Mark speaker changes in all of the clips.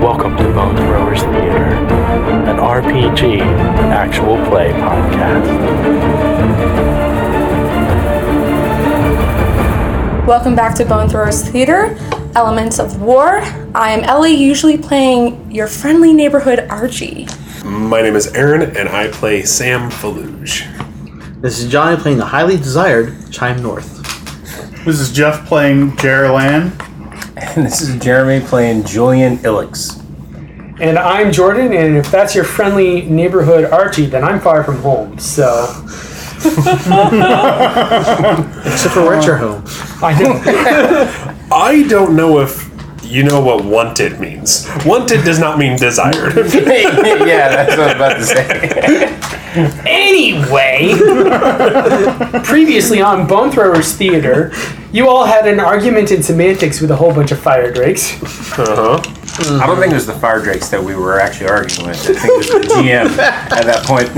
Speaker 1: Welcome to Bone Throwers Theater, an RPG actual play podcast.
Speaker 2: Welcome back to Bone Throwers Theater, Elements of War. I am Ellie, usually playing your friendly neighborhood Archie.
Speaker 3: My name is Aaron, and I play Sam Faluge.
Speaker 4: This is Johnny playing the highly desired Chime North.
Speaker 5: This is Jeff playing Jerilan.
Speaker 6: And this is Jeremy playing Julian Illix.
Speaker 7: And I'm Jordan, and if that's your friendly neighborhood Archie, then I'm far from home, so.
Speaker 4: Except for where your home.
Speaker 3: I know. I don't know if you know what wanted means. Wanted does not mean desired.
Speaker 6: yeah, that's what I'm about to say.
Speaker 7: anyway, previously on Bone Throwers Theater, you all had an argument in semantics with a whole bunch of fire drakes.
Speaker 6: Uh-huh. Mm-hmm. I don't think it was the fire drakes that we were actually arguing with. I think it was the DM at that point.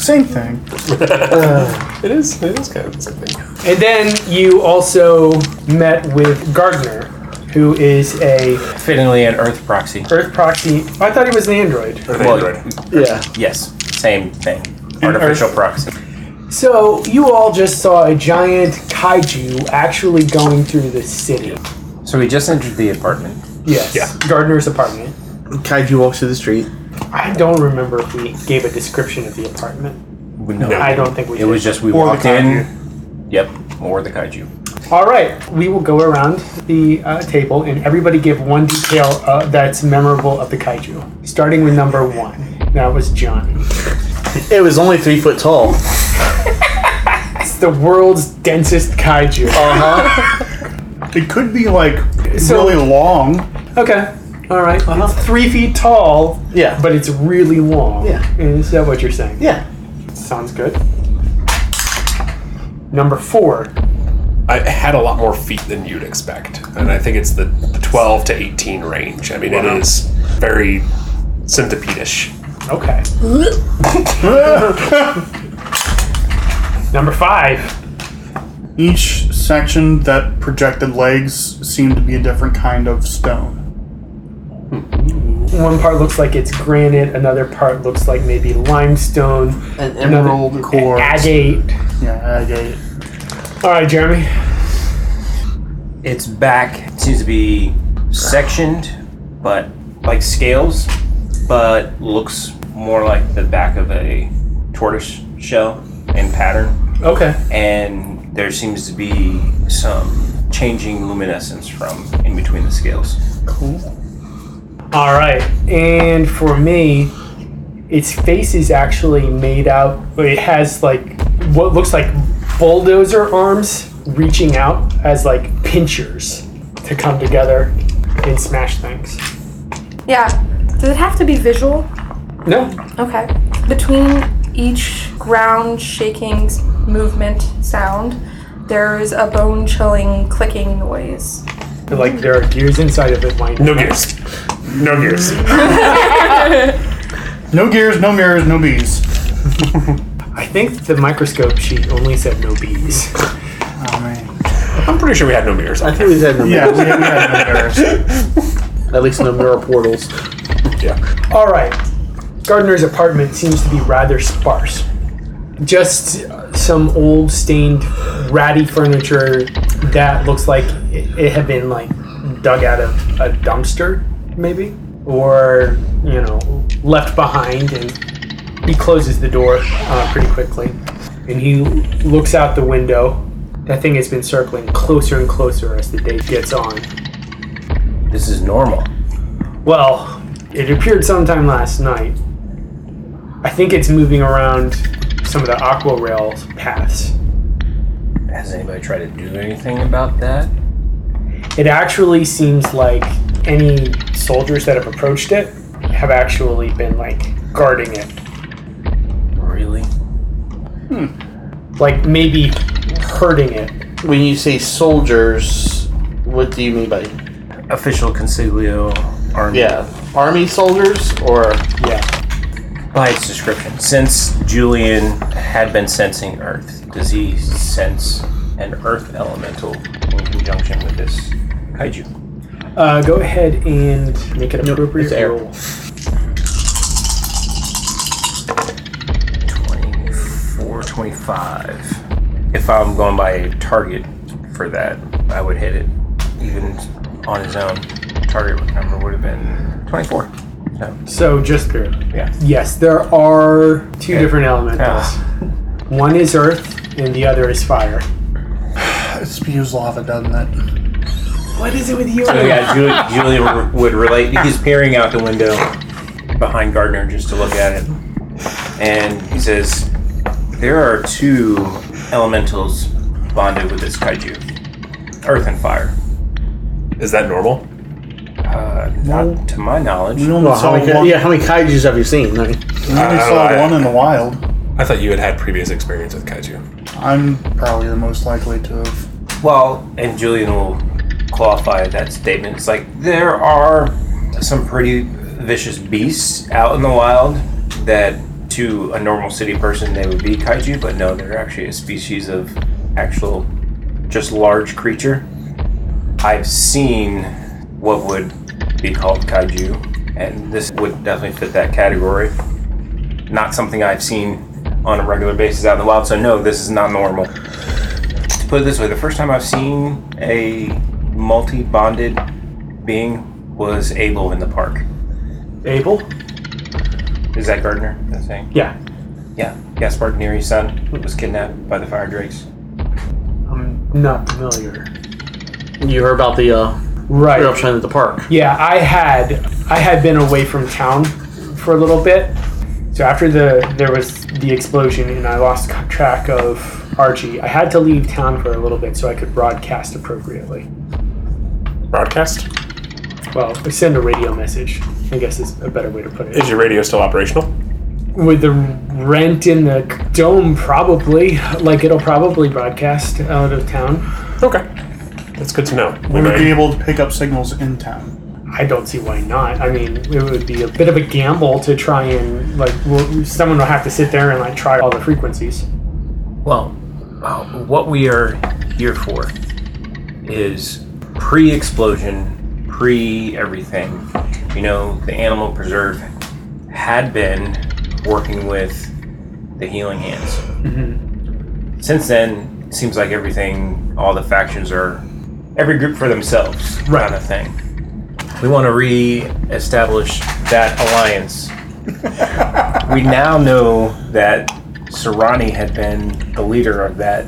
Speaker 5: Same thing.
Speaker 3: Uh, it is. It is kind of the same thing.
Speaker 7: And then you also met with Gardner, who is a
Speaker 6: fittingly an Earth proxy.
Speaker 7: Earth proxy. I thought he was an android.
Speaker 3: Earth well, android.
Speaker 7: Yeah.
Speaker 6: Yes. Same thing. Artificial proxy.
Speaker 7: So you all just saw a giant kaiju actually going through the city.
Speaker 6: So we just entered the apartment.
Speaker 7: Yes. Yeah. Gardner's apartment.
Speaker 4: Kaiju walks through the street.
Speaker 7: I don't remember if we gave a description of the apartment.
Speaker 6: No,
Speaker 7: I don't think we.
Speaker 6: It did. was just we or walked in. Yep, or the kaiju.
Speaker 7: All right, we will go around the uh, table and everybody give one detail uh, that's memorable of the kaiju, starting with number one. That was John.
Speaker 4: It was only three foot tall.
Speaker 7: it's the world's densest kaiju.
Speaker 4: Uh huh.
Speaker 5: it could be like so, really long.
Speaker 7: Okay. All right. uh-huh. three feet tall.
Speaker 4: Yeah.
Speaker 7: But it's really long.
Speaker 4: Yeah.
Speaker 7: Is that what you're saying?
Speaker 4: Yeah.
Speaker 7: Sounds good. Number four.
Speaker 3: I had a lot more feet than you'd expect, and I think it's the 12 to 18 range. I mean, wow. it is very centipedish.
Speaker 7: Okay. Number five.
Speaker 5: Each section that projected legs seemed to be a different kind of stone.
Speaker 7: One part looks like it's granite, another part looks like maybe limestone,
Speaker 4: an emerald core,
Speaker 7: agate.
Speaker 5: Yeah, agate.
Speaker 7: All right, Jeremy.
Speaker 6: Its back seems to be sectioned, but like scales, but looks more like the back of a tortoise shell in pattern.
Speaker 7: Okay.
Speaker 6: And there seems to be some changing luminescence from in between the scales.
Speaker 7: Cool. All right. And for me, its face is actually made out, it has like what looks like bulldozer arms reaching out as like pinchers to come together and smash things.
Speaker 2: Yeah. Does it have to be visual?
Speaker 7: No.
Speaker 2: Okay. Between each ground shaking movement sound, there's a bone chilling clicking noise.
Speaker 7: Like there are gears inside of it. Like
Speaker 3: no gears. No gears.
Speaker 5: no gears, no mirrors, no bees.
Speaker 7: I think the microscope sheet only said no bees.
Speaker 5: Oh,
Speaker 3: man. I'm pretty sure we had no mirrors.
Speaker 4: I think we said no
Speaker 5: yeah, mirrors. Yeah, we had no mirrors.
Speaker 4: At least no mirror portals.
Speaker 3: Yeah.
Speaker 7: All right. Gardner's apartment seems to be rather sparse. Just some old stained ratty furniture that looks like it, it, had been like dug out of a dumpster, maybe, or you know, left behind. And he closes the door uh, pretty quickly, and he looks out the window. That thing has been circling closer and closer as the day gets on.
Speaker 6: This is normal.
Speaker 7: Well, it appeared sometime last night. I think it's moving around some of the aqua rail paths.
Speaker 6: Has anybody tried to do anything about that?
Speaker 7: It actually seems like any soldiers that have approached it have actually been like guarding it.
Speaker 6: Really?
Speaker 7: Like maybe hurting it.
Speaker 4: When you say soldiers, what do you mean by
Speaker 6: Official Consiglio army.
Speaker 4: yeah, army soldiers or
Speaker 7: Yeah.
Speaker 6: By its description, since Julian had been sensing Earth, does he sense an Earth elemental in conjunction with this kaiju?
Speaker 7: Uh, go ahead and make an appropriate
Speaker 4: it's air.
Speaker 7: roll.
Speaker 6: 24, 25. If I'm going by a target for that, I would hit it. Even on his own, target number would have been 24. So,
Speaker 7: So just
Speaker 6: yeah.
Speaker 7: yes, there are two different elementals.
Speaker 6: Ah,
Speaker 7: One is earth, and the other is fire.
Speaker 5: It spews lava, doesn't it?
Speaker 7: What is it with you?
Speaker 6: So Oh, yeah, Julian, Julian would- would relate. He's peering out the window behind Gardner just to look at it, and he says, "There are two elementals bonded with this kaiju, earth and fire.
Speaker 3: Is that normal?
Speaker 6: Uh, not to my knowledge.
Speaker 5: We only
Speaker 4: well,
Speaker 5: saw
Speaker 4: how many,
Speaker 5: one.
Speaker 4: yeah, how many kaiju's have you seen? I mean,
Speaker 5: We only
Speaker 3: Uh,
Speaker 5: saw
Speaker 3: I-
Speaker 5: one in the wild.
Speaker 3: I thought you had had previous experience with kaiju.
Speaker 5: I'm probably the most likely to have.
Speaker 6: Well, and Julian will qualify that statement. It's like there are some pretty vicious beasts out in the wild that, to a normal city person, they would be kaiju, but no, they're actually a species of actual, just large creature. I've seen what would be called kaiju, and this would definitely fit that category. Not something I've seen on a regular basis out in the wild, so no, this is not normal put it this way the first time i've seen a multi-bonded being was abel in the park
Speaker 7: Abel?
Speaker 6: is that gardner that thing
Speaker 7: Yeah.
Speaker 6: yeah gaspard neri's son was kidnapped by the fire drakes
Speaker 7: I'm not familiar.
Speaker 4: you heard about the uh,
Speaker 7: Right.
Speaker 4: eruption at the park.
Speaker 7: Yeah, I had I had been away from town for a little bit. So after the there was the explosion and I lost c- track of Archie, I had to leave town for a little bit so I could broadcast appropriately.
Speaker 3: Broadcast?
Speaker 7: Well, send a radio message. I guess is a better way to put
Speaker 3: Is
Speaker 7: it.
Speaker 3: your radio still operational?
Speaker 7: With the rent in the c- dome, probably like it'll probably broadcast out of town.
Speaker 3: Okay. That's good to know. We
Speaker 5: We would be
Speaker 3: might,
Speaker 5: able to pick up signals in town.
Speaker 7: I don't see why not. I mean, it would be a bit of a gamble to try and like well, someone will have to sit there and like try all the frequencies.
Speaker 6: well uh, what we are here for is pre-explosion pre-everything you know the animal preserve had been working with the healing hands since then it seems like everything all the factions are every group for themselves kind of thing we want to re-establish that alliance we now know that Serrani had been the leader of that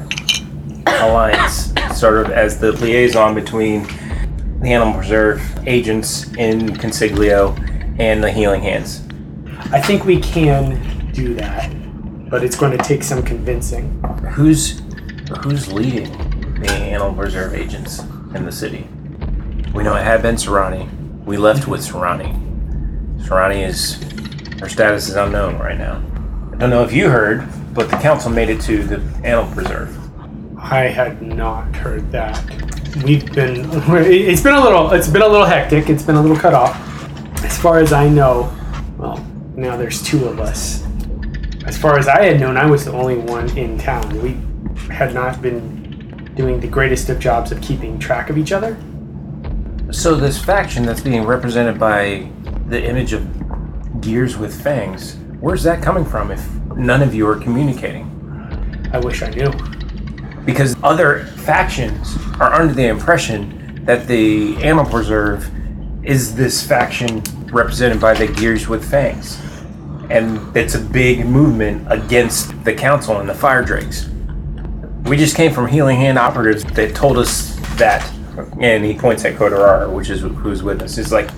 Speaker 6: alliance sort of as the liaison between the animal preserve agents in consiglio and the healing hands
Speaker 7: I think we can do that, but it's going to take some convincing.
Speaker 6: Who's who's leading the animal preserve agents in the city? We know it had been Serrani. We left with Serrani. Serrani is her status is unknown right now. I don't know if you heard, but the council made it to the animal preserve.
Speaker 7: I had not heard that. We've been it's been a little it's been a little hectic. It's been a little cut off. As far as I know, well, now there's two of us. As far as I had known, I was the only one in town. We had not been doing the greatest of jobs of keeping track of each other.
Speaker 6: So this faction that's being represented by the image of gears with fangs, where's that coming from if none of you are communicating?
Speaker 7: I wish I knew.
Speaker 6: because other factions are under the impression that the animal preserve is this faction represented by the gears with fangs and it's a big movement against the council and the fire drakes we just came from healing hand operatives that told us that and he points at kodorar which is who's with us He's like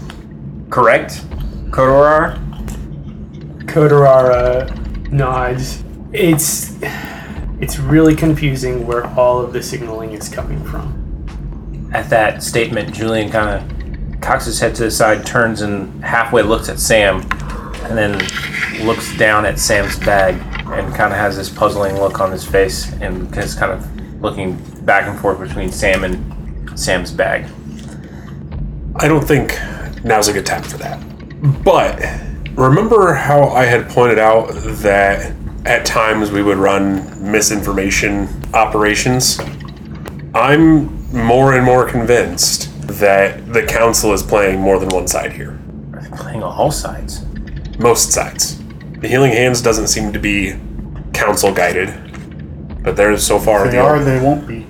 Speaker 6: correct kodorar
Speaker 7: Kodorara nods. It's it's really confusing where all of the signaling is coming from.
Speaker 6: at that statement julian kind of cocks his head to the side, turns and halfway looks at Sam, and then looks down at Sam's bag and kind of has this puzzling look on his face and is kind of looking back and forth between Sam and Sam's bag.
Speaker 3: I don't think now's a good time for that. But remember how I had pointed out that at times we would run misinformation operations? I'm more and more convinced that the council is playing more than one side here.
Speaker 6: Are they playing on all sides?
Speaker 3: Most sides. The Healing Hands doesn't seem to be council guided, but they're so far
Speaker 5: They
Speaker 3: the
Speaker 5: are, they won't be.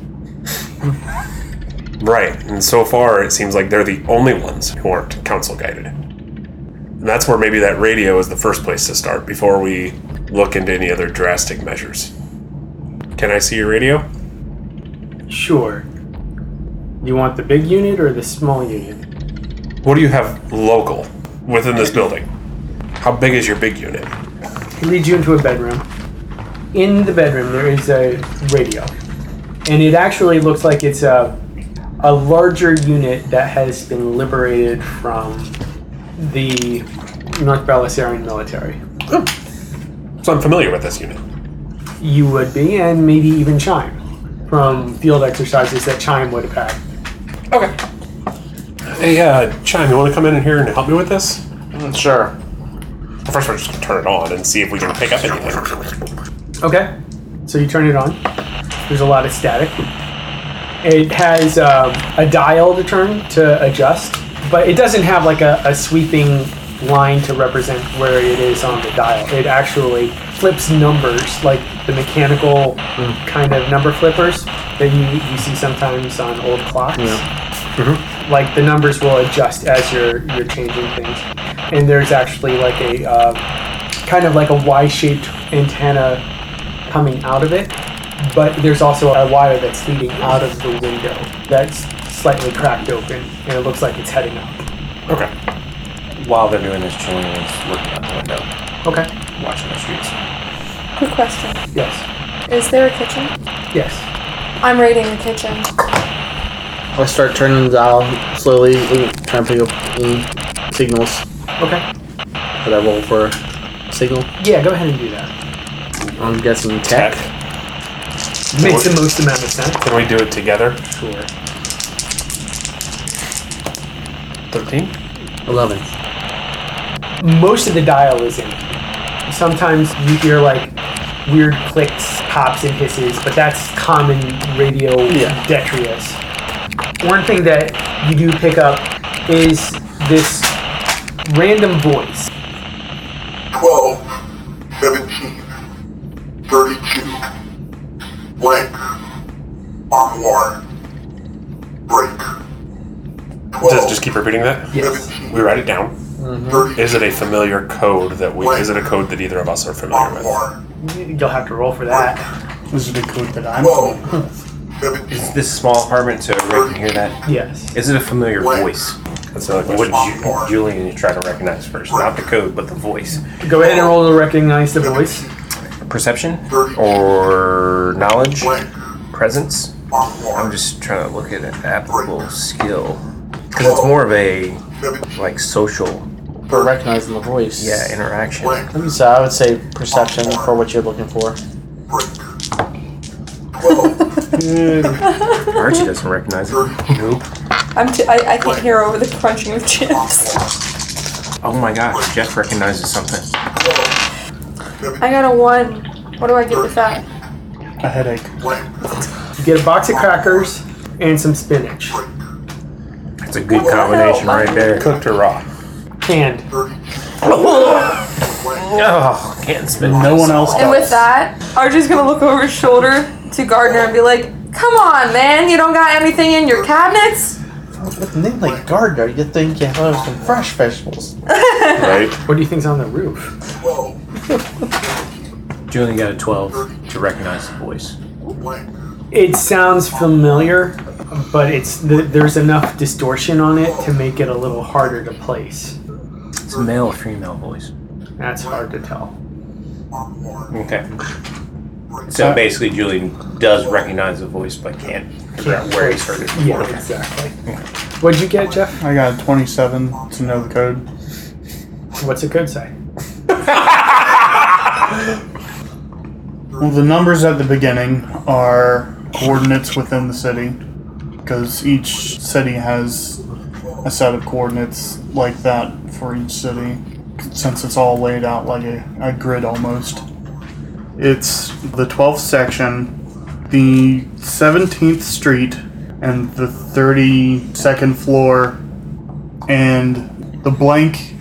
Speaker 3: Right, and so far it seems like they're the only ones who aren't council guided. And that's where maybe that radio is the first place to start before we look into any other drastic measures. Can I see your radio?
Speaker 7: Sure. You want the big unit or the small unit?
Speaker 3: What do you have local within this building? How big is your big unit?
Speaker 7: He leads you into a bedroom. In the bedroom, there is a radio, and it actually looks like it's a a larger unit that has been liberated from the North Belisarian military.
Speaker 3: So I'm familiar with this unit.
Speaker 7: You would be, and maybe even Chime from field exercises that Chime would have had.
Speaker 3: Okay. Hey, uh, Chime, you want to come in here and help me with this?
Speaker 8: Sure.
Speaker 3: First, we're just going to turn it on and see if we can pick up anything.
Speaker 7: Okay, so you turn it on. There's a lot of static. It has um, a dial to turn to adjust, but it doesn't have like a, a sweeping line to represent where it is on the dial. It actually flips numbers like the mechanical kind of number flippers that you, you see sometimes on old clocks. Like the numbers will adjust as you're you're changing things, and there's actually like a uh, kind of like a Y-shaped antenna coming out of it, but there's also a wire that's leading out of the window that's slightly cracked open, and it looks like it's heading up.
Speaker 3: Okay.
Speaker 6: While they're doing this, Julian is looking out the window,
Speaker 7: Okay.
Speaker 6: watching the streets.
Speaker 2: Quick question.
Speaker 7: Yes.
Speaker 2: Is there a kitchen?
Speaker 7: Yes.
Speaker 2: I'm raiding the kitchen.
Speaker 4: I start turning the dial slowly, and trying to pick up any signals
Speaker 7: Okay.
Speaker 4: that I roll for signal.
Speaker 7: Yeah, go ahead and do that.
Speaker 4: I'm guessing tech.
Speaker 3: Tech.
Speaker 7: Makes the most amount of sense.
Speaker 3: Can we do it together?
Speaker 7: Sure.
Speaker 3: 13?
Speaker 4: Eleven.
Speaker 7: Most of the dial is in. Sometimes you hear like weird clicks, pops, and hisses, but that's common radio
Speaker 4: Yeah.
Speaker 7: detritus. One thing that you do pick up is this random voice
Speaker 9: 12, 17, 32, blank, on war, break. 12,
Speaker 3: Just, just keep Mm-hmm. repeating that?
Speaker 7: Yes.
Speaker 9: 17,
Speaker 3: We write it down.
Speaker 9: 32,
Speaker 3: Is it a familiar code that we? Is it a code that either of us are familiar
Speaker 9: on
Speaker 3: with?
Speaker 9: war,
Speaker 7: You'll have to roll for that.
Speaker 5: This is a code that I'm.
Speaker 9: 12,
Speaker 6: Is
Speaker 9: 17,
Speaker 6: this a small apartment so everyone can hear that?
Speaker 7: Yes.
Speaker 6: Is it a familiar voice?
Speaker 3: That's another
Speaker 6: What
Speaker 3: question.
Speaker 6: did you, Julian you try to recognize first? Not the code, but the voice.
Speaker 7: Go ahead and roll to recognize the voice.
Speaker 6: Perception or knowledge, presence.
Speaker 9: on
Speaker 6: I'm
Speaker 9: war,
Speaker 6: just trying to look at an applicable skill because it's more of a
Speaker 9: 17,
Speaker 6: like social,
Speaker 4: Recognizing the voice.
Speaker 6: yeah, interaction.
Speaker 9: blank,
Speaker 4: So I would say perception for what you're looking for.
Speaker 9: break. 12,
Speaker 6: Archie doesn't recognize it.
Speaker 9: 32,
Speaker 6: Nope.
Speaker 2: I'm t- I, I can't hear over the crunching of chips.
Speaker 6: Oh my gosh, Jeff recognizes something.
Speaker 2: I got a one. What do I get with that?
Speaker 5: A headache.
Speaker 9: blank,
Speaker 7: You get a box of crackers and some spinach.
Speaker 6: It's a good combination right there.
Speaker 3: Cooked or raw?
Speaker 7: Canned.
Speaker 9: 32,
Speaker 6: Oh, can't spin.
Speaker 5: No one else
Speaker 2: And
Speaker 5: does.
Speaker 2: with that, Archie's gonna look over his shoulder to Gardner and be like, "Come on, man! You don't got anything in your cabinets?"
Speaker 4: With a name like Gardner, you think you have uh, some fresh vegetables.
Speaker 3: Right.
Speaker 7: What do you think's on the roof?
Speaker 9: 12,
Speaker 6: Julian got a 12 to recognize the voice.
Speaker 9: blank,
Speaker 7: It sounds familiar, but it's th- there's enough distortion on it to make it a little harder to place.
Speaker 6: It's a male or female voice.
Speaker 7: That's hard to tell.
Speaker 9: on war,
Speaker 6: Okay. So basically, Julian does recognize the voice but can't
Speaker 3: figure out where he's hurt. it.
Speaker 7: Yeah, exactly. What'd you get, Jeff?
Speaker 5: I got a 27 to know the code.
Speaker 7: What's it could say?
Speaker 5: Well, the numbers at the beginning are coordinates within the city, because each city has a set of coordinates like that for each city, since it's all laid out like a, a grid almost. It's the 12th section, the 17th street, and the 32nd floor, and the blank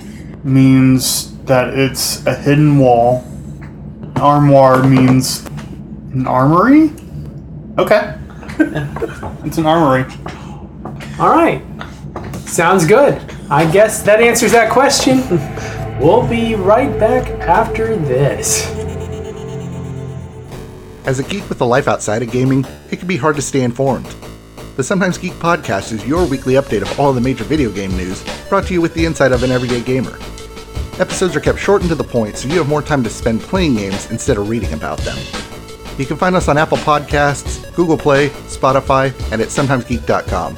Speaker 5: means that it's a hidden wall. Armoire means an armory? Okay. it's an armory.
Speaker 7: All right. Sounds good. I guess that answers that question. We'll be right back after this.
Speaker 8: As a geek with a life outside of gaming, it can be hard to stay informed. The Sometimes Geek podcast is your weekly update of all the major video game news, brought to you with the insight of an everyday gamer. Episodes are kept short and to the point so you have more time to spend playing games instead of reading about them. You can find us on Apple Podcasts, Google Play, Spotify, and at sometimesgeek.com.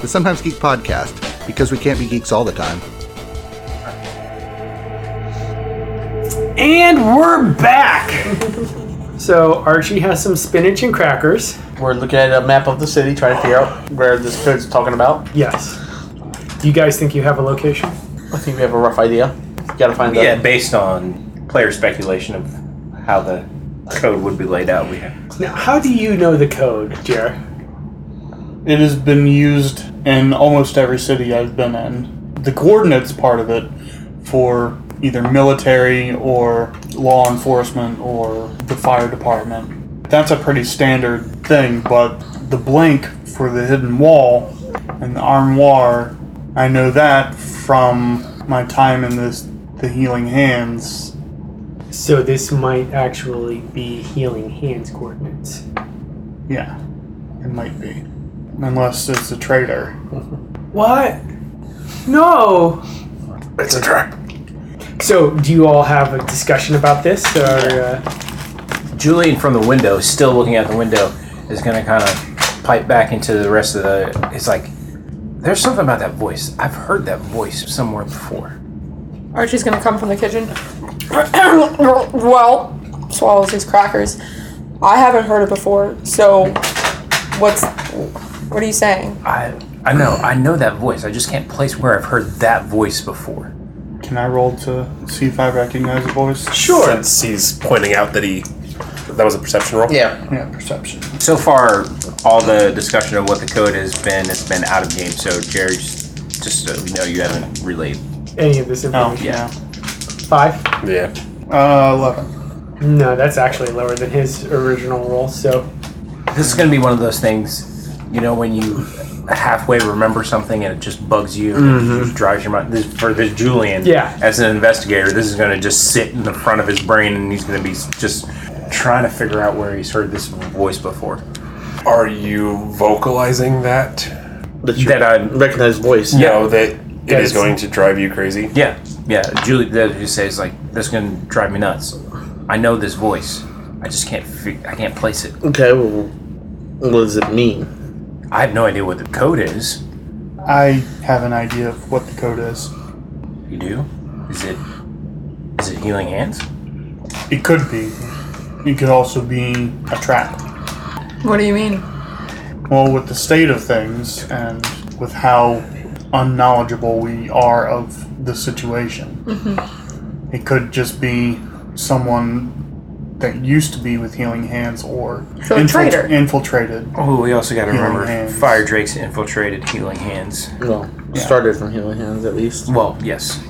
Speaker 8: The Sometimes Geek podcast, because we can't be geeks all the time.
Speaker 7: And we're back. So Archie has some spinach and crackers.
Speaker 4: We're looking at a map of the city, trying to figure out where this code's talking about.
Speaker 7: Yes. Do you guys think you have a location?
Speaker 4: I think we have a rough idea. Gotta find
Speaker 6: Yeah,
Speaker 4: that.
Speaker 6: based on player speculation of how the code would be laid out, we have.
Speaker 7: Now, how do you know the code, Jer?
Speaker 5: It has been used in almost every city I've been in. The coordinates part of it for either military or law enforcement or the fire department. That's a pretty standard thing, but the blank for the hidden wall and the armoire, I know that from my time in this the healing hands.
Speaker 7: So this might actually be healing hands coordinates.
Speaker 5: Yeah. It might be. Unless it's a traitor.
Speaker 7: What? No.
Speaker 3: It's a trap.
Speaker 7: So do you all have a discussion about this, or uh,
Speaker 6: Julian from the window, still looking out the window, is gonna kind of pipe back into the rest of the. It's like, there's something about that voice. I've heard that voice somewhere before.
Speaker 2: Archie's gonna come from the kitchen. well, swallows his crackers. I haven't heard it before, so what's what are you saying?
Speaker 6: I I know I know that voice. I just can't place where I've heard that voice before.
Speaker 5: Can I roll to see if I recognize the voice?
Speaker 7: sure?
Speaker 3: Since he's pointing out that he that was a perception roll.
Speaker 4: Yeah.
Speaker 5: Yeah, perception.
Speaker 6: So far, all the discussion of what the code has been has been out of game. So Jerry, just, just so we know, you haven't relayed.
Speaker 7: Any of this
Speaker 5: Oh,
Speaker 7: information?
Speaker 5: yeah.
Speaker 7: Five.
Speaker 3: Yeah.
Speaker 5: Uh, 11.
Speaker 7: No, that's actually lower than his original roll. So
Speaker 6: This is gonna be one of those things, you know, when you halfway remember something and it just bugs you, and it just drives your mind. This, for this Julian,
Speaker 7: Yeah.
Speaker 6: as an investigator, this is gonna just sit in the front of his brain, and he's gonna be s- just trying to figure out where he's heard this voice before.
Speaker 3: Are you vocalizing that?
Speaker 4: That you
Speaker 6: That I
Speaker 4: recognize voice.
Speaker 3: No, that it
Speaker 7: Yes.
Speaker 3: is going to drive you crazy.
Speaker 6: Yeah, yeah. Julie that just says like that's gonna drive me nuts. I know this voice. I just can't. Fi- I can't place it.
Speaker 4: Okay, well, what does it mean?
Speaker 6: I have no idea what the code is.
Speaker 5: I have an idea of what the code is.
Speaker 6: You do? Is it? Is it healing hands?
Speaker 5: It could be. It could also be a trap.
Speaker 2: What do you mean?
Speaker 5: Well, with the state of things and with how unknowledgeable we are of the situation, it could just be someone that used to be with healing hands or
Speaker 2: So a traitor.
Speaker 5: infiltrated.
Speaker 6: Oh, we also got to
Speaker 5: Healing
Speaker 6: remember
Speaker 5: hands.
Speaker 6: Fire Drake's infiltrated healing hands.
Speaker 4: Well, started from healing hands at least.
Speaker 6: Well, yes.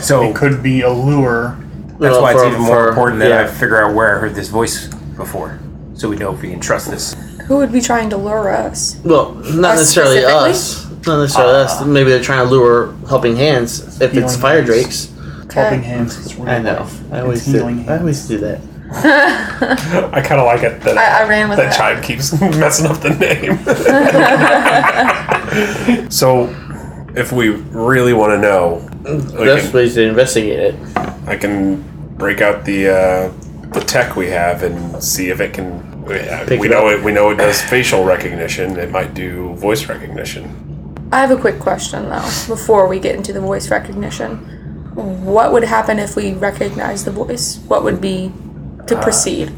Speaker 6: So
Speaker 5: It could be a lure.
Speaker 6: that's
Speaker 4: Well,
Speaker 6: why it's
Speaker 4: for-
Speaker 6: even more
Speaker 4: for-
Speaker 6: important that I
Speaker 4: yeah.
Speaker 6: figure out where I heard this voice before, so we know if we can trust this.
Speaker 2: Who would be trying to lure us?
Speaker 4: Well, not
Speaker 2: Us
Speaker 4: necessarily us. Not necessarily us. Maybe they're trying to lure helping hands if it's
Speaker 5: Healing
Speaker 4: fire
Speaker 5: hands.
Speaker 4: drakes.
Speaker 5: Helping
Speaker 2: Okay.
Speaker 5: hands is real
Speaker 4: I know.
Speaker 5: life.
Speaker 4: I
Speaker 5: It's
Speaker 4: always do.
Speaker 5: healing
Speaker 4: I
Speaker 5: hands.
Speaker 4: always do that.
Speaker 3: I kind of like it that
Speaker 2: I, I ran with
Speaker 3: that
Speaker 2: that.
Speaker 3: child keeps messing up the name. so, if we really want to know, I
Speaker 4: Best
Speaker 3: can,
Speaker 4: ways to investigate it.
Speaker 3: I can break out the uh, the tech we have and see if it can Yeah,
Speaker 4: Pick
Speaker 3: we
Speaker 4: it
Speaker 3: know
Speaker 4: up.
Speaker 3: it. We know it does facial recognition. It might do voice recognition.
Speaker 2: I have a quick question though, before we get into the voice recognition. What would happen if we recognize the voice? What would be
Speaker 3: Uh,
Speaker 2: to proceed?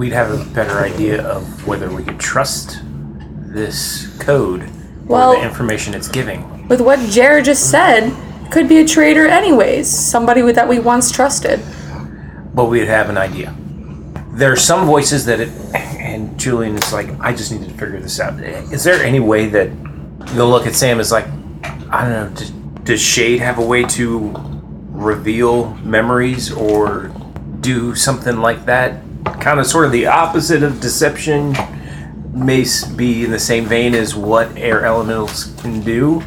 Speaker 6: We'd have a better idea of whether we could trust this code or
Speaker 2: Well-
Speaker 6: the information it's giving.
Speaker 2: With what Jared just said, could be a traitor anyways, somebody with- that we once trusted.
Speaker 6: But we'd have an idea. There are some voices that it, and Julian is like, I just need to figure this out. Is there any way that you'll look at Sam as like, I don't know, does, does Shade have a way to reveal memories or do something like that? Kind of sort of the opposite of deception may s- be in the same vein as what air elementals can do.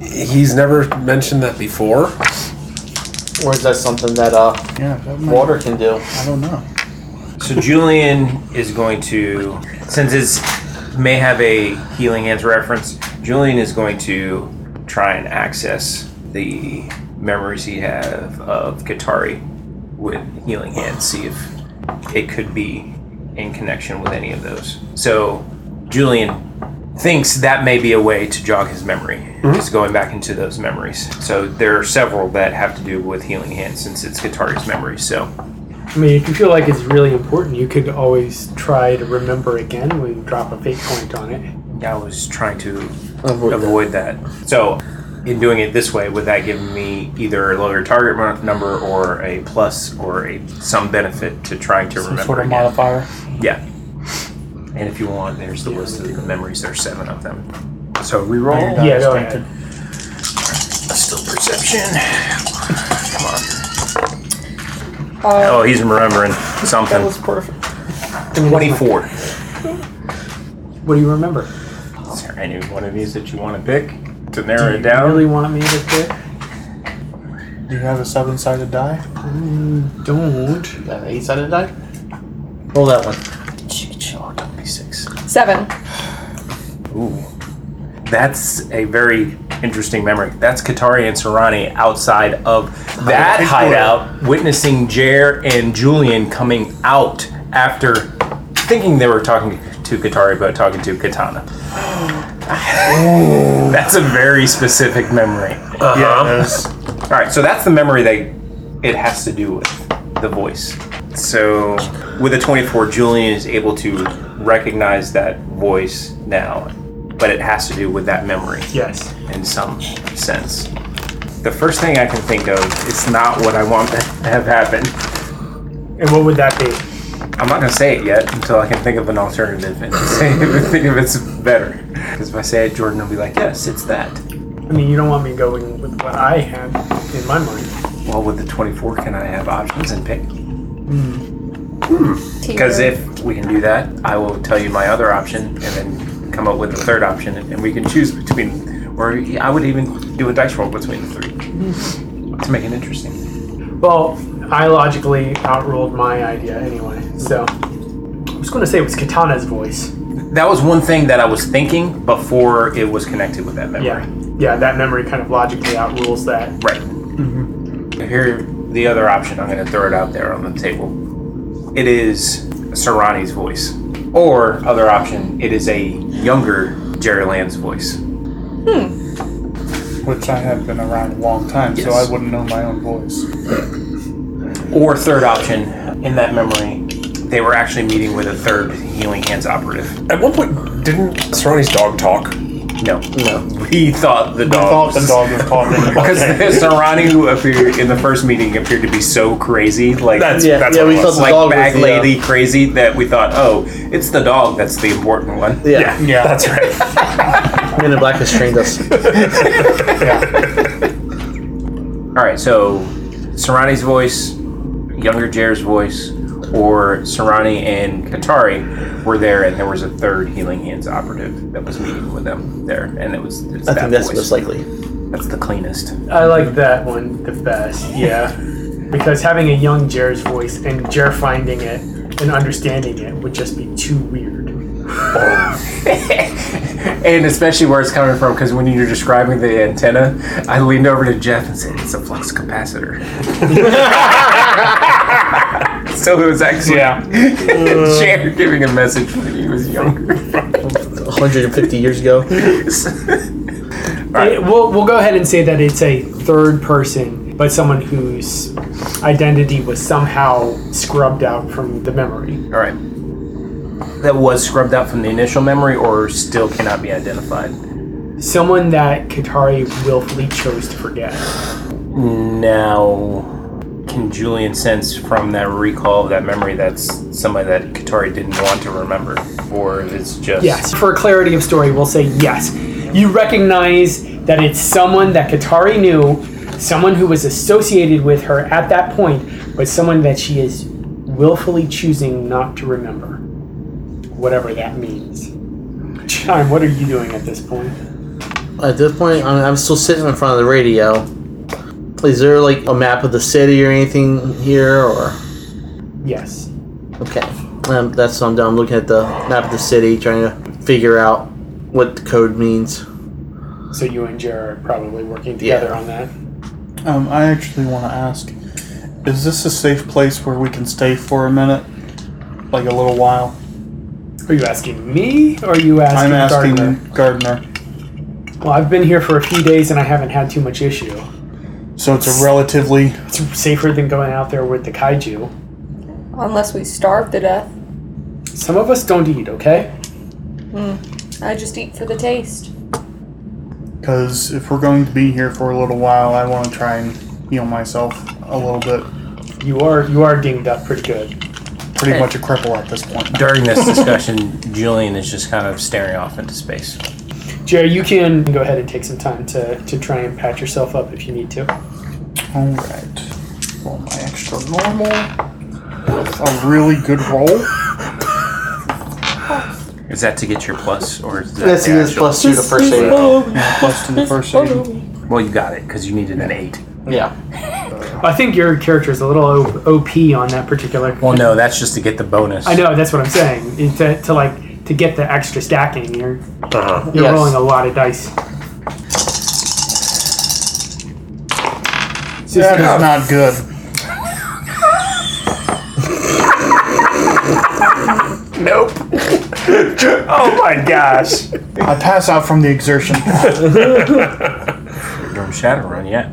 Speaker 3: He's never mentioned that before.
Speaker 4: Or is that something that uh
Speaker 5: Yeah, that might,
Speaker 4: water can do?
Speaker 5: I don't know.
Speaker 6: So Julian is going to, since it may have a healing hands reference, Julian is going to try and access the memories he have of Katari with healing hands, see if it could be in connection with any of those. So Julian thinks that may be a way to jog his memory, is going back into those memories. So there are several that have to do with healing hands since it's Katari's memory. So
Speaker 7: I mean, if you feel like it's really important, you could always try to remember again when you drop a fate point on it.
Speaker 6: I was trying to
Speaker 4: Avoid that.
Speaker 6: avoid that. So, in doing it this way, would that give me either a lower target mar- number or a plus or a some benefit to trying to
Speaker 5: Some
Speaker 6: remember?
Speaker 5: sort of
Speaker 6: again?
Speaker 5: modifier.
Speaker 6: Yeah. And if you want, there's the list of the memories. There's seven of them. So
Speaker 5: You're
Speaker 6: reroll.
Speaker 5: not
Speaker 7: Yeah, go
Speaker 5: distracted.
Speaker 6: Still perception. Come on. oh, he's remembering something. That was perfect. Twenty-four.
Speaker 7: What do you remember?
Speaker 6: Is there any one of these that you want to pick to
Speaker 7: Do
Speaker 6: narrow
Speaker 7: you
Speaker 6: it down?
Speaker 7: really want me to pick?
Speaker 5: Do you have a seven sided die?
Speaker 7: Don't.
Speaker 4: That eight sided die? Roll that one.
Speaker 6: Oh, don't be six.
Speaker 2: Seven.
Speaker 6: Ooh. That's a very interesting memory. That's Katari and Serrani outside of that hideout, witnessing Jer and Julian coming out after thinking they were talking to Katari, but talking to Katana. that's a very specific memory.
Speaker 3: Yeah.
Speaker 6: All right, so that's the memory that it has to do with the voice. So, with a 24, Julian is able to recognize that voice now, but it has to do with that memory
Speaker 7: Yes.
Speaker 6: in some sense. The first thing I can think of is not what I want to have happen.
Speaker 7: And what would that be?
Speaker 6: I'm not gonna say it yet until I can think of an alternative and say think if it's better. Because if I say it, Jordan will be like, "Yes, it's that."
Speaker 7: I mean, you don't want me going with what I had in my mind.
Speaker 6: Well, with the 24, can I have options and pick? Because
Speaker 2: Because
Speaker 6: if we can do that, I will tell you my other option and then come up with a third option, and we can choose between, or I would even do a dice roll between the three to make it interesting.
Speaker 7: Well, I logically outruled my idea anyway, so. I was going to say it was Katana's voice.
Speaker 6: That was one thing that I was thinking before it was connected with that memory.
Speaker 7: Yeah. Yeah, that memory kind of logically outrules that.
Speaker 6: Right. Here, the other option, I'm going to throw it out there on the table. It is Serrani's voice. Or, other option, it is a younger Jerry Land's voice.
Speaker 5: Which I have been around a long time, so
Speaker 6: Yes.
Speaker 5: I wouldn't know my own voice.
Speaker 6: Or third option, in that memory, they were actually meeting with a third Healing Hands operative.
Speaker 3: At one point, didn't Serrani's dog talk?
Speaker 6: No, no. He thought the
Speaker 5: Thought
Speaker 6: dog.
Speaker 5: the dog was talking.
Speaker 6: Because Sarani, who appeared in the first meeting, appeared to be so crazy, like
Speaker 3: That's
Speaker 4: Yeah,
Speaker 3: that's
Speaker 4: yeah,
Speaker 3: what
Speaker 4: we
Speaker 3: it
Speaker 4: thought
Speaker 3: was.
Speaker 4: the
Speaker 6: like
Speaker 4: dog was
Speaker 6: bag
Speaker 4: the, uh,
Speaker 6: lady crazy, that we thought, oh, it's the dog that's the important one.
Speaker 4: Yeah.
Speaker 3: yeah,
Speaker 5: Yeah.
Speaker 3: that's right.
Speaker 4: Men in Black has trained us.
Speaker 6: All right, so Serrani's voice, younger Jer's voice, or Serrani and Katari were there, and there was a third Healing Hands operative that was meeting with them there, and it was it's
Speaker 4: I
Speaker 6: that
Speaker 4: think that's
Speaker 6: voice.
Speaker 4: most likely.
Speaker 6: That's the cleanest.
Speaker 7: I like that one the best, yeah. Because having a young Jer's voice and Jer finding it and understanding it would just be too weird.
Speaker 6: And especially where it's coming from, because when you're describing the antenna, I leaned over to Jeff and said, "It's a flux capacitor." so it was actually
Speaker 7: Yeah.
Speaker 6: Cher giving a message when he was younger.
Speaker 4: 150 years ago.
Speaker 7: It- we'll, we'll go ahead and say that it's a third person, but someone whose identity was somehow scrubbed out from the memory.
Speaker 6: All right. That was scrubbed out from the initial memory, or still cannot be identified.
Speaker 7: Someone that Katari willfully chose to forget.
Speaker 6: Now, can Julian sense from that recall of that memory that's somebody that Katari didn't want to remember, or it's just
Speaker 7: Yes. For clarity of story, we'll say yes. You recognize that it's someone that Katari knew, someone who was associated with her at that point, but someone that she is willfully choosing not to remember. Whatever that means. Chime, what are you doing at this point?
Speaker 4: At this point, I'm, I'm still sitting in front of the radio. Is there like a map of the city or anything here, or
Speaker 7: Yes.
Speaker 4: okay? Um, that's what I'm done. I'm looking at the map of the city, trying to figure out what the code means.
Speaker 7: So you and Jer are probably working together
Speaker 4: Yeah.
Speaker 7: on that.
Speaker 5: Um, I actually want to ask: Is this a safe place where we can stay for a minute, like a little while?
Speaker 7: Are you asking me or are you
Speaker 5: I'm
Speaker 7: asking,
Speaker 5: asking
Speaker 7: Gardner?
Speaker 5: Gardner.
Speaker 7: Well, I've been here for a few days and I haven't had too much issue.
Speaker 5: So it's a relatively
Speaker 7: It's safer than going out there with the kaiju.
Speaker 2: Unless we starve to death.
Speaker 7: Some of us don't eat, okay?
Speaker 2: I just eat for the taste.
Speaker 5: because if we're going to be here for a little while, I want to try and heal myself a little bit.
Speaker 7: You are you are dinged up pretty good.
Speaker 5: Pretty much a cripple at this point.
Speaker 6: During this discussion, Julian is just kind of staring off into space.
Speaker 7: Jerry, you can go ahead and take some time to, to try and patch yourself up if you need to.
Speaker 5: All right. Roll my extra normal. With a really good roll.
Speaker 6: Is that to get your plus, or is that
Speaker 4: That's
Speaker 6: the
Speaker 4: his
Speaker 6: actual-
Speaker 4: plus two to first aid.
Speaker 5: Yeah, plus to the first aid.
Speaker 6: Well, you got it because you needed an eight.
Speaker 4: Yeah.
Speaker 7: I think your character is a little O- OP on that particular.
Speaker 6: Well, no, that's just to get the bonus.
Speaker 7: I know that's what I'm saying. Is To, to like to get the extra stacking, you're
Speaker 3: Uh-huh.
Speaker 7: you're
Speaker 4: Yes.
Speaker 7: rolling a lot of dice.
Speaker 5: That is not good.
Speaker 6: Nope. oh my gosh.
Speaker 5: I pass out from the exertion.
Speaker 6: From Shadowrun, yeah.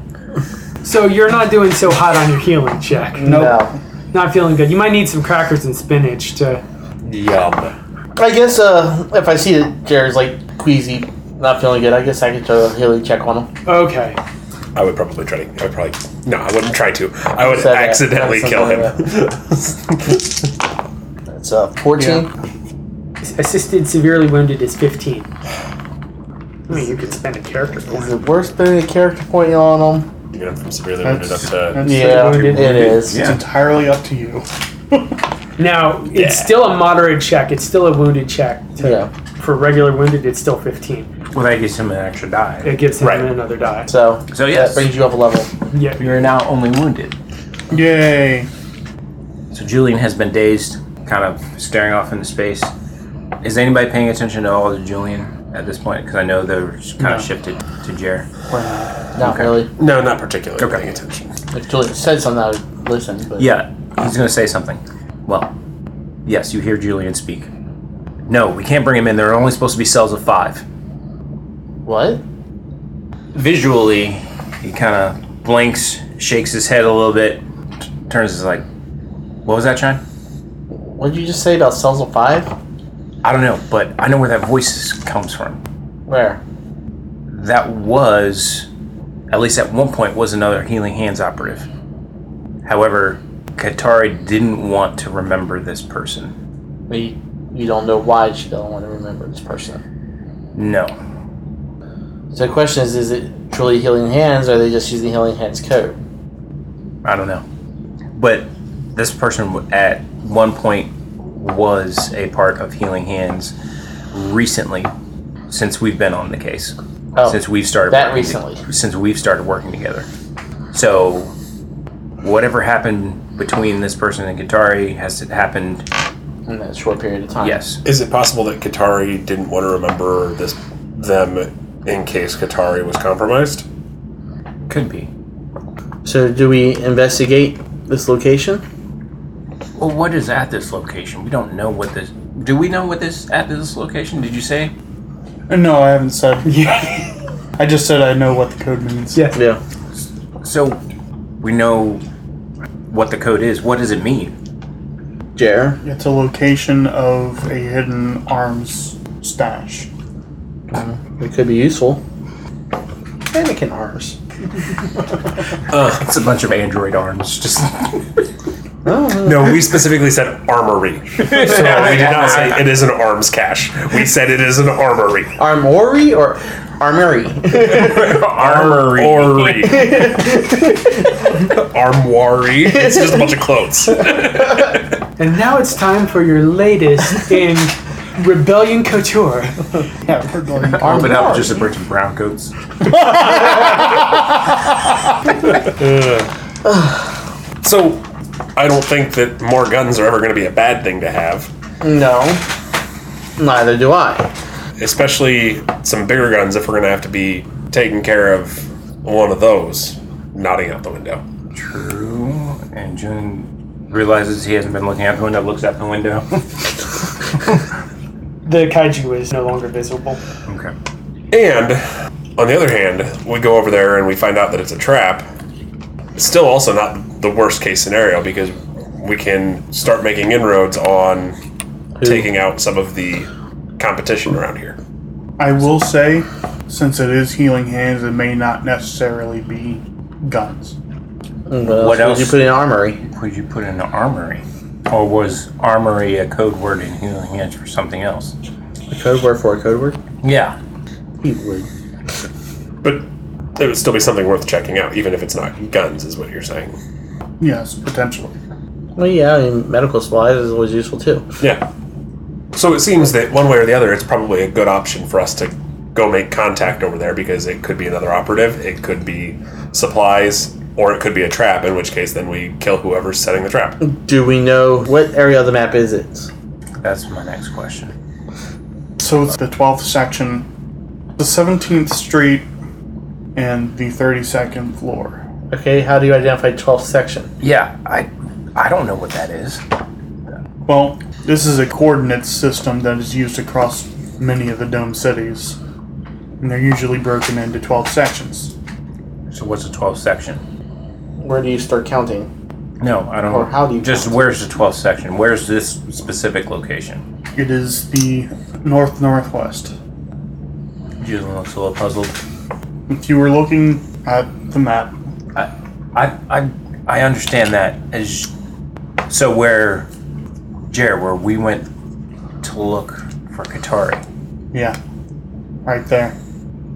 Speaker 7: So you're not doing so hot on your healing check.
Speaker 4: No.
Speaker 7: Not feeling good. You might need some crackers and spinach to.
Speaker 3: Yum.
Speaker 4: I guess uh, if I see that Jared's like queasy, not feeling good, I guess I could try a healing check on him.
Speaker 7: Okay.
Speaker 3: I would probably try to. I would probably. No, I wouldn't try to. I would
Speaker 4: Said that.
Speaker 3: accidentally
Speaker 4: Something
Speaker 3: kill him.
Speaker 4: like That's uh, 14.
Speaker 7: Assisted severely wounded is 15. I mean, you could spend a character
Speaker 4: Is
Speaker 7: point.
Speaker 4: it worth spending a character point on him?
Speaker 3: you know, from severely wounded up
Speaker 5: That's-
Speaker 3: to.
Speaker 5: that's-
Speaker 4: Yeah,
Speaker 7: wounded.
Speaker 4: it is.
Speaker 5: It's entirely up to you.
Speaker 7: Now, it's still a moderate check. It's still a wounded check. To,
Speaker 4: Yeah.
Speaker 7: For regular wounded, it's still 15.
Speaker 6: Well, that gives him an extra die.
Speaker 7: It gives him
Speaker 3: Right.
Speaker 7: another die.
Speaker 4: So,
Speaker 6: So,
Speaker 4: that
Speaker 6: yes.
Speaker 4: brings you up a level.
Speaker 7: Yeah.
Speaker 6: You're now only wounded.
Speaker 5: Yay.
Speaker 6: So Julian has been dazed, kind of staring off into space. Is anybody paying attention at all to Julian at this point? Because I know they're kind of shifted to Jer.
Speaker 4: Not
Speaker 6: Okay.
Speaker 4: really.
Speaker 3: No, not particularly.
Speaker 6: Okay.
Speaker 3: Paying attention.
Speaker 4: If Julian said something, I would listen. But
Speaker 6: Yeah, he's going to say something. Well, yes, you hear Julian speak. No, we can't bring him in. There are only supposed to be cells of five.
Speaker 4: What?
Speaker 6: Visually, he kind of blinks, shakes his head a little bit, t- turns his like, what was that, Sean?
Speaker 4: What did you just say about cells of five?
Speaker 6: I don't know, but I know where that voice comes from.
Speaker 4: Where?
Speaker 6: that was, at least at one point, was another Healing Hands operative. However, Katari didn't want to remember this person.
Speaker 4: We, you don't know why she don't want to remember this person.
Speaker 6: No.
Speaker 4: So the question is: Is it truly healing hands, or are they just using healing hands code?
Speaker 6: I don't know. But this person w- at one point was a part of Healing Hands recently since we've been on the case.
Speaker 4: Oh,
Speaker 6: since we've started
Speaker 4: that
Speaker 6: working to-
Speaker 4: recently.
Speaker 6: since we've started working together. So whatever happened between this person and Katari has happened
Speaker 4: in that short period of time.
Speaker 6: yes.
Speaker 3: Is it possible that Katari didn't want to remember this them in case Katari was compromised?
Speaker 6: Could be.
Speaker 4: So do we investigate this location?
Speaker 6: Well, what is at this location? We don't know what this. Do we know what this at this location? Did you say?
Speaker 5: Uh, No, I haven't said. I just said I know what the code means.
Speaker 7: Yeah.
Speaker 4: Yeah.
Speaker 6: So, we know what the code is. What does it mean?
Speaker 4: Jer.
Speaker 5: It's a location of a hidden arms stash.
Speaker 4: It could be useful. Anakin arms.
Speaker 6: It's a bunch of android arms. Just
Speaker 3: No, we specifically said armory. So we did not say it is an arms cache. We said it is an armory.
Speaker 4: Armory or armory?
Speaker 3: Armory. Armory. Armory. It's just a bunch of clothes.
Speaker 7: And now it's time for your latest in Rebellion Couture.
Speaker 5: Yeah, we're going
Speaker 6: arm it up just a bunch of brown coats.
Speaker 3: So I don't think that more guns are ever going to be a bad thing to have,
Speaker 4: no. Neither do I.
Speaker 3: especially some bigger guns if we're going to have to be taking care of one of those nodding out the window.
Speaker 6: True. And June realizes he hasn't been looking out the window. Looks out the window.
Speaker 7: The kaiju is no longer visible.
Speaker 6: okay.
Speaker 3: And on the other hand, we go over there and we find out that it's a trap. Still, also not the worst case scenario because we can start making inroads on taking out some of the competition around here.
Speaker 5: I will say, since it is healing hands, it may not necessarily be guns.
Speaker 4: What else?
Speaker 6: What
Speaker 4: would
Speaker 6: else?
Speaker 4: you put in armory?
Speaker 6: Would you put in the armory? Or was armory a code word in Healing Hands for something else?
Speaker 4: A code word for a code word?
Speaker 6: Yeah.
Speaker 4: Keyword.
Speaker 3: But it would still be something worth checking out, even if it's not guns, is what you're saying.
Speaker 5: Yes, potentially.
Speaker 4: Well, yeah, I mean, medical supplies is always useful too.
Speaker 3: Yeah. So it seems that one way or the other, it's probably a good option for us to go make contact over there because it could be another operative, it could be supplies, or it could be a trap, in which case then we kill whoever's setting the trap.
Speaker 4: Do we know what area of the map is it?
Speaker 6: That's my next question.
Speaker 5: So it's the 12th section, the 17th street, and the 32nd floor.
Speaker 4: Okay, how do you identify 12th section?
Speaker 6: Yeah, I I don't know what that is.
Speaker 5: Well, this is a coordinate system that is used across many of the dome cities, and they're usually broken into 12 sections.
Speaker 6: So what's the 12th section?
Speaker 4: Where do you start counting?
Speaker 6: No, I don't.
Speaker 4: Or how do you
Speaker 6: Just
Speaker 4: count?
Speaker 6: where's the 12th section? Where's this specific location?
Speaker 5: It is the north northwest.
Speaker 6: Julian looks a little puzzled.
Speaker 5: If you were looking at the map,
Speaker 6: I I I, I understand that as so where Jared, where we went to look for Katari.
Speaker 5: yeah, right there.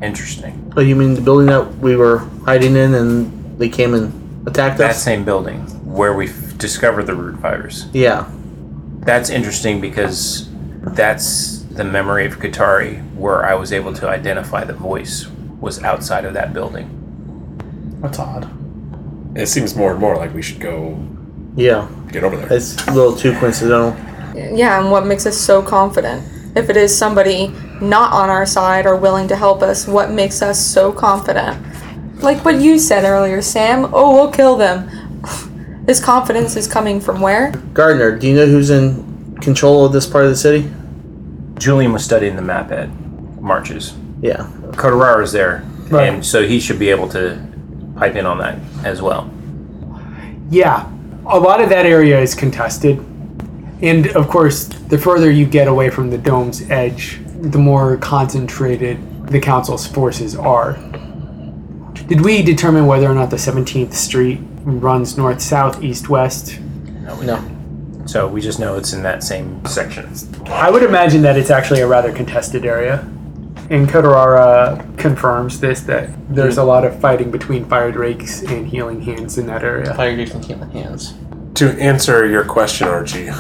Speaker 6: Interesting.
Speaker 4: Oh, you mean the building that we were hiding in and they came and attacked
Speaker 6: that
Speaker 4: us?
Speaker 6: same building where we f- discovered the root virus.
Speaker 4: yeah.
Speaker 6: That's interesting because that's the memory of Qatari where I was able to identify the voice was outside of that building.
Speaker 5: That's odd.
Speaker 3: It seems more and more like we should go
Speaker 4: Yeah.
Speaker 3: get over there.
Speaker 4: It's a little too coincidental.
Speaker 2: Yeah, and what makes us so confident? If it is somebody not on our side or willing to help us, what makes us so confident? Like what you said earlier, Sam. Oh, we'll kill them. This confidence is coming from where?
Speaker 4: Gardner, do you know who's in control of this part of the city?
Speaker 6: Julian was studying the map at Marches.
Speaker 4: Yeah.
Speaker 6: Kotarara is there,
Speaker 7: Right.
Speaker 6: and so he should be able to pipe in on that as well.
Speaker 7: Yeah, a lot of that area is contested. And of course, the further you get away from the dome's edge, the more concentrated the council's forces are. Did we determine whether or not the 17th Street runs north, south, east, west?
Speaker 4: No.
Speaker 6: So we just know it's in that same section.
Speaker 7: I would imagine that it's actually a rather contested area. And Kodarara confirms this that there's a lot of fighting between fire drakes and healing hands in that area.
Speaker 4: Fire Greek and Caitlin hands.
Speaker 3: To answer your question, Archie,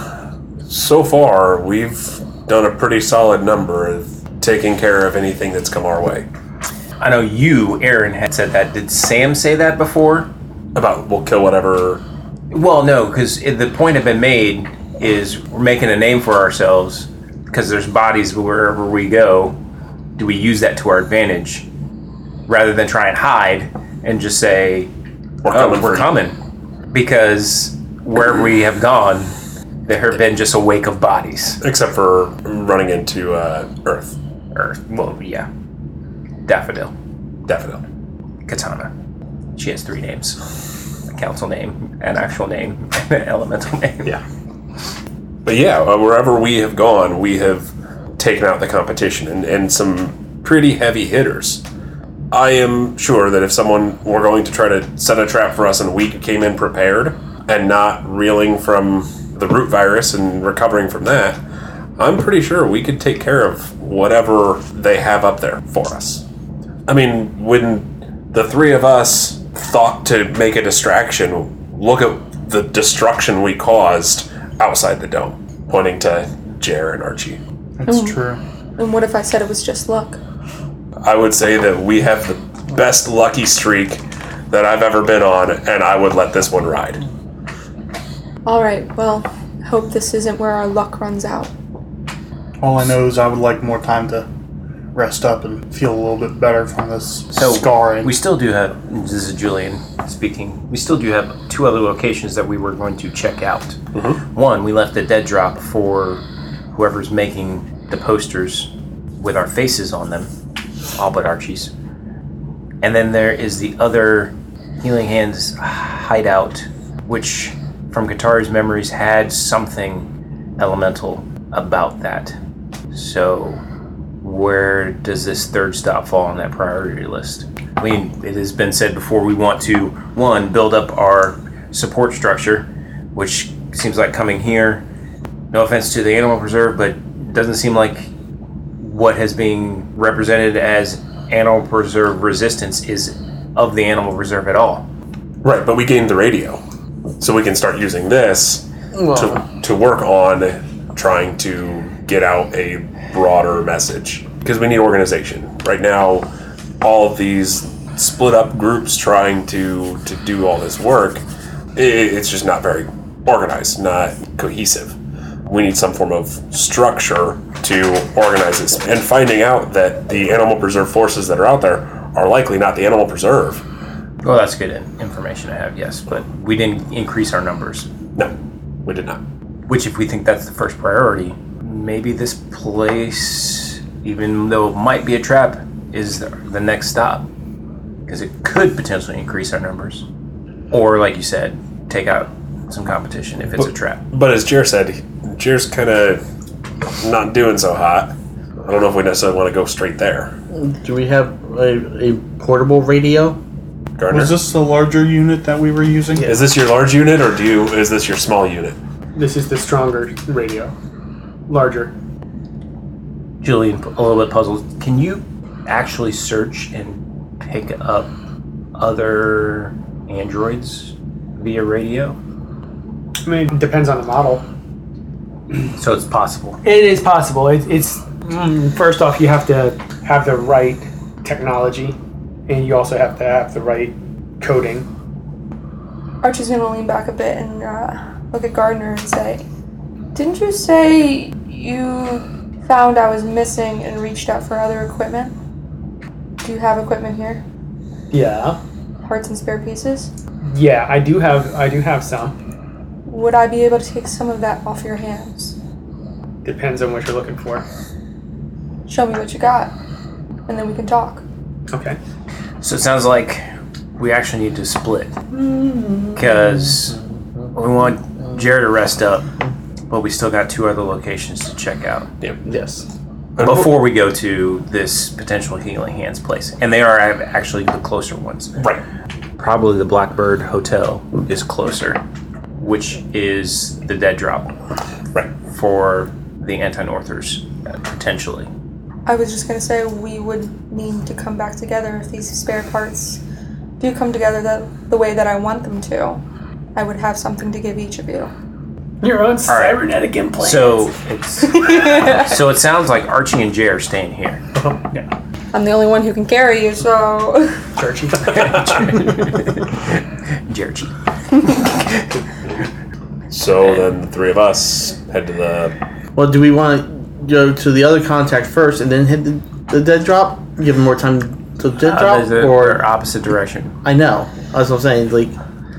Speaker 3: so far we've done a pretty solid number of taking care of anything that's come our way.
Speaker 6: I know you, Aaron, had said that. Did Sam say that before?
Speaker 3: About we'll kill whatever.
Speaker 6: Well, no, because the point had been made is we're making a name for ourselves because there's bodies wherever we go. Do we use that to our advantage rather than try and hide and just say,
Speaker 3: We're
Speaker 6: "Oh, we're
Speaker 3: for you."
Speaker 6: coming," because wherever we have gone, There have been just a wake of bodies.
Speaker 3: Except for running into uh, Earth.
Speaker 6: Or, well, yeah. Daffodil.
Speaker 3: Daffodil.
Speaker 6: Katana. She has three names a council name, an actual name, and an elemental name.
Speaker 3: Yeah. But yeah, uh, wherever we have gone, we have taken out the competition and, and some pretty heavy hitters. I am sure that if someone were going to try to set a trap for us and we came in prepared and not reeling from the root virus and recovering from that, I'm pretty sure we could take care of whatever they have up there for us. I mean, when the three of us thought to make a distraction, look at the destruction we caused outside the dome, pointing to Jer and Archie.
Speaker 5: That's true.
Speaker 2: And what if I said it was just luck?
Speaker 3: I would say that we have the best lucky streak that I've ever been on, and I would let this one ride.
Speaker 2: All right, well, hope this isn't where our luck runs out.
Speaker 5: All I know is I would like more time to rest up and feel a little bit better from this
Speaker 6: So
Speaker 5: scarring.
Speaker 6: we still do have. This is Julian speaking. We still do have two other locations that we were going to check out. One, we left a dead drop for whoever's making the posters with our faces on them, all but Archie's. And then there is the other Healing Hands hideout, which, from Katara's memories, had something elemental about that. So where does this third stop fall on that priority list? I mean, it has been said before we want to, one, build up our support structure, which seems like coming here. No offense to the animal preserve, but doesn't seem like what has been represented as animal preserve resistance is of the animal preserve at all.
Speaker 3: Right, but we gained the radio, so we can start using this to, to work on trying to get out a broader message because we need organization. Right now, all of these split up groups trying to to do all this work, i it's just not very organized, not cohesive. We need some form of structure to organize this. And finding out that the animal preserve forces that are out there are likely not the animal preserve.
Speaker 6: Well, that's good information to have, yes, but we didn't increase our numbers.
Speaker 3: No, we did not.
Speaker 6: Which, if we think that's the first priority, maybe this place, even though it might be a trap, is the, the next stop. Because it could potentially increase our numbers. Or, like you said, take out some competition if it's a trap.
Speaker 3: But as Jer said, Jer's kind of not doing so hot. I don't know if we necessarily want to go straight there.
Speaker 4: Do we have a, a portable radio?
Speaker 3: Gardner,
Speaker 5: Was
Speaker 3: is this,
Speaker 5: this the larger unit that we were using?
Speaker 4: Yeah.
Speaker 3: your large unit or do you is this your small unit?
Speaker 7: This is the stronger radio, larger.
Speaker 6: Julian, a little bit puzzled. Can you actually search and pick up other androids via radio?
Speaker 7: I mean, it depends on the model.
Speaker 6: So it's possible.
Speaker 7: It is possible. It, it's mm, first off, you have to have the right technology, and you also have to have the right coding.
Speaker 2: Archie's gonna lean back a bit and uh, look at Gardner and say, Didn't you say you found I was missing and reached out for other equipment? Do you have equipment here?
Speaker 7: Yeah.
Speaker 2: Parts and spare pieces?
Speaker 7: Yeah, I do have. I do have some.
Speaker 2: Would I be able to take some of that off your hands?
Speaker 7: Depends on what you're looking for.
Speaker 2: Show me what you got, and then we can talk.
Speaker 7: Okay.
Speaker 6: So it sounds like we actually need to split because we want Jared to rest up, but we still got two other locations to check out
Speaker 4: Yes.
Speaker 6: before we go to this potential healing hands place, and they are ac- actually the closer ones.
Speaker 3: Right.
Speaker 6: Probably the Blackbird Hotel is closer, which is the dead drop
Speaker 3: Right.
Speaker 6: for the anti-northers uh, potentially.
Speaker 2: I was just gonna say we would need to come back together if these spare parts do come together the, the way that I want them to. I would have something to give each of you.
Speaker 7: Your own
Speaker 6: right.
Speaker 7: cybernetic implant.
Speaker 6: So it's so it sounds like Archie and Jer are staying here.
Speaker 2: I'm the only one who can carry you, so
Speaker 7: churchy.
Speaker 6: Jared.
Speaker 3: So then the three of us head to the
Speaker 4: Well, do we want to go to the other contact first and then hit the, the dead drop? Give them more time to dead drop,
Speaker 6: Uh, the- the
Speaker 4: or
Speaker 6: opposite direction.
Speaker 4: I know that's what I'm saying. Like,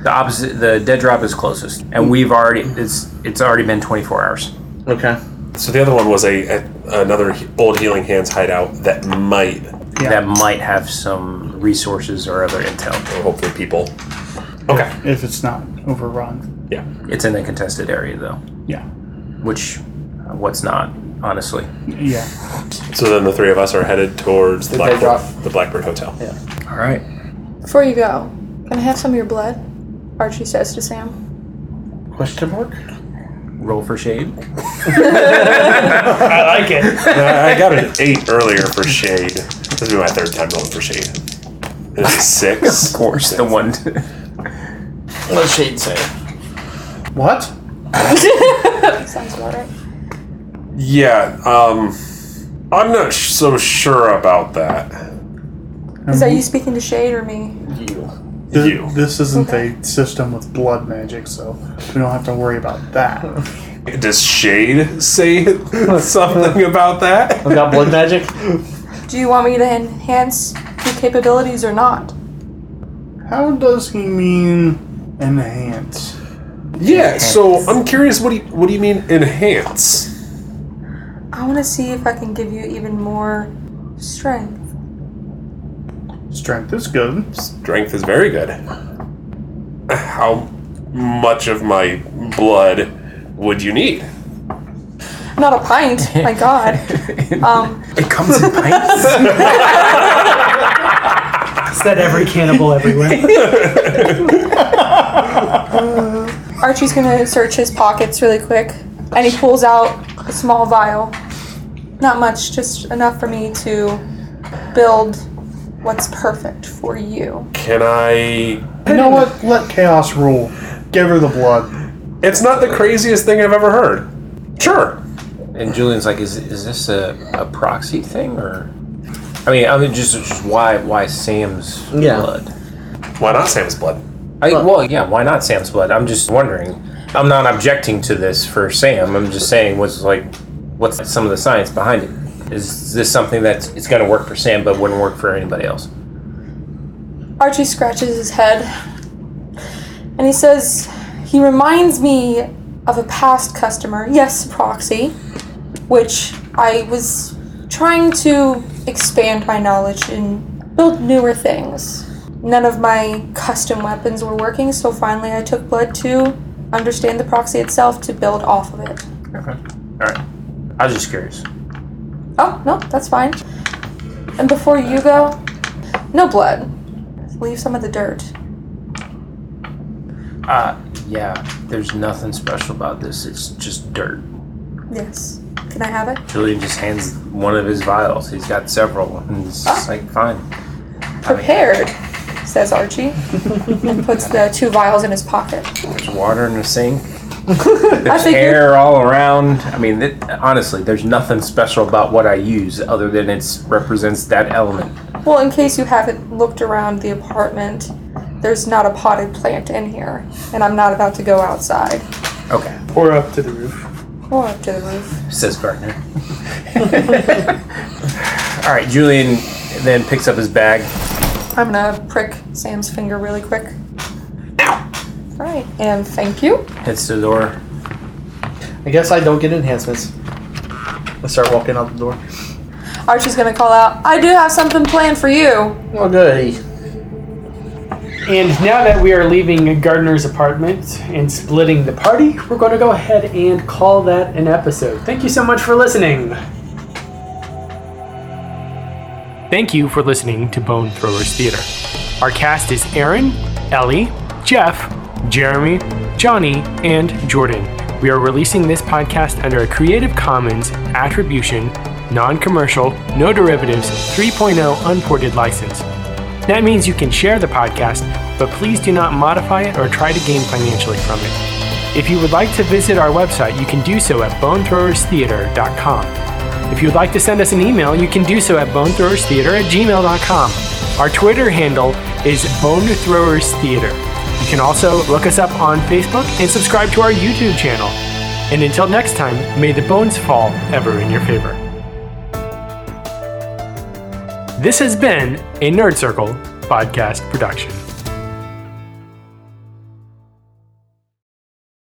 Speaker 6: The opposite, the dead drop is closest, and we've already it's it's already been 24 hours.
Speaker 4: Okay.
Speaker 3: So the other one was a, a another he- old healing hands hideout that might
Speaker 6: That might have some resources or other intel.
Speaker 3: hopefully people. Okay.
Speaker 5: if it's not overrun.
Speaker 3: Yeah.
Speaker 6: It's in a contested area though,
Speaker 5: Yeah.
Speaker 6: which uh, what's not honestly.
Speaker 5: Yeah.
Speaker 3: So then the three of us are headed towards the,
Speaker 4: Did they
Speaker 3: Blackbird, the Blackbird Hotel.
Speaker 6: All right.
Speaker 2: Before you go, can I have some of your blood? Archie says to Sam.
Speaker 4: Question mark?
Speaker 6: Roll for shade.
Speaker 7: I like it.
Speaker 3: I, I got an eight earlier for shade. This will be my third time rolling for shade. This is six.
Speaker 6: Of course, the one.
Speaker 4: What shade say?
Speaker 5: What?
Speaker 2: Sounds about right.
Speaker 3: Yeah. Um, I'm not sh- so sure about that.
Speaker 2: Is that you speaking to Shade or me?
Speaker 5: Th-
Speaker 3: You.
Speaker 5: This isn't a system with blood magic, so we don't have to worry about that.
Speaker 3: Does shade say something about that?
Speaker 4: I got blood magic?
Speaker 2: Do you want me to enhance your capabilities or not?
Speaker 5: How does he mean enhance?
Speaker 3: Yeah. So I'm curious. What do you, What do you mean enhance?
Speaker 2: I want to see if I can give you even more strength.
Speaker 5: Strength is good.
Speaker 3: Strength is very good. How much of my blood would you need?
Speaker 2: Not a pint, my god. Um,
Speaker 6: It comes in pints.
Speaker 7: It's that every cannibal everywhere.
Speaker 2: Archie's gonna search his pockets really quick, and he pulls out a small vial. Not much, just enough for me to build what's perfect for you.
Speaker 3: Can I
Speaker 5: You know what? Let chaos rule. Give her the blood.
Speaker 3: It's not the craziest thing I've ever heard. Sure.
Speaker 6: And Julian's like, is, is this a, a proxy thing or? I mean, I mean, just, just why why Sam's
Speaker 4: Yeah.
Speaker 6: blood?
Speaker 3: Why not Sam's blood?
Speaker 6: I, well, yeah, why not Sam's blood? I'm just wondering. I'm not objecting to this for Sam. I'm just saying what's like, what's some of the science behind it? Is this something that's it's going to work for Sam but wouldn't work for anybody else?
Speaker 2: Archie scratches his head, and he says, He reminds me of a past customer, yes, Proxy, which I was trying to expand my knowledge and build newer things. None of my custom weapons were working, so finally I took blood to understand the proxy itself to build off of it.
Speaker 6: Okay. All right. I was just curious.
Speaker 2: Oh, no, that's fine. And before you go, no blood. Leave some of the dirt.
Speaker 6: Uh, yeah. There's nothing special about this. It's just dirt.
Speaker 2: Yes. Can I have it?
Speaker 6: Julian just hands one of his vials. He's got several, and he's just like, fine. Have it.
Speaker 2: Prepared, says Archie, and puts the two vials in his pocket.
Speaker 6: There's water in the sink.
Speaker 2: I
Speaker 6: There's
Speaker 2: figured,
Speaker 6: hair all around. I mean, it, honestly, there's nothing special about what I use other than it represents that element.
Speaker 2: well, in case you haven't looked around the apartment, there's not a potted plant in here, and I'm not about to go outside
Speaker 6: Okay,
Speaker 7: or up to the roof.
Speaker 2: or up to the roof.
Speaker 6: says Gardner. all right, Julian then picks up his bag.
Speaker 2: I'm gonna prick Sam's finger really quick. All right, and thank you.
Speaker 6: Heads to the door.
Speaker 4: I guess I don't get enhancements. I start walking out the door.
Speaker 2: Archie's gonna call out, I do have something planned for you.
Speaker 4: Oh, goody.
Speaker 7: And now that we are leaving Gardner's apartment and splitting the party, we're going to go ahead and call that an episode. Thank you so much for listening. Thank you for listening to Bone Throwers Theater. Our cast is Aaron, Ellie, Jeff, Jeremy, Johnny, and Jordan. We are releasing this podcast under a Creative Commons Attribution, Non Commercial, No Derivatives 3.0 Unported license. That means you can share the podcast, but please do not modify it or try to gain financially from it. If you would like to visit our website, you can do so at bonethrowerstheater.com. If you would like to send us an email, you can do so at bonethrowerstheater at gmail.com. Our Twitter handle is bonethrowerstheater. You can also look us up on Facebook and subscribe to our YouTube channel. And until next time, may the bones fall ever in your favor. This has been a Nerd Circle podcast production.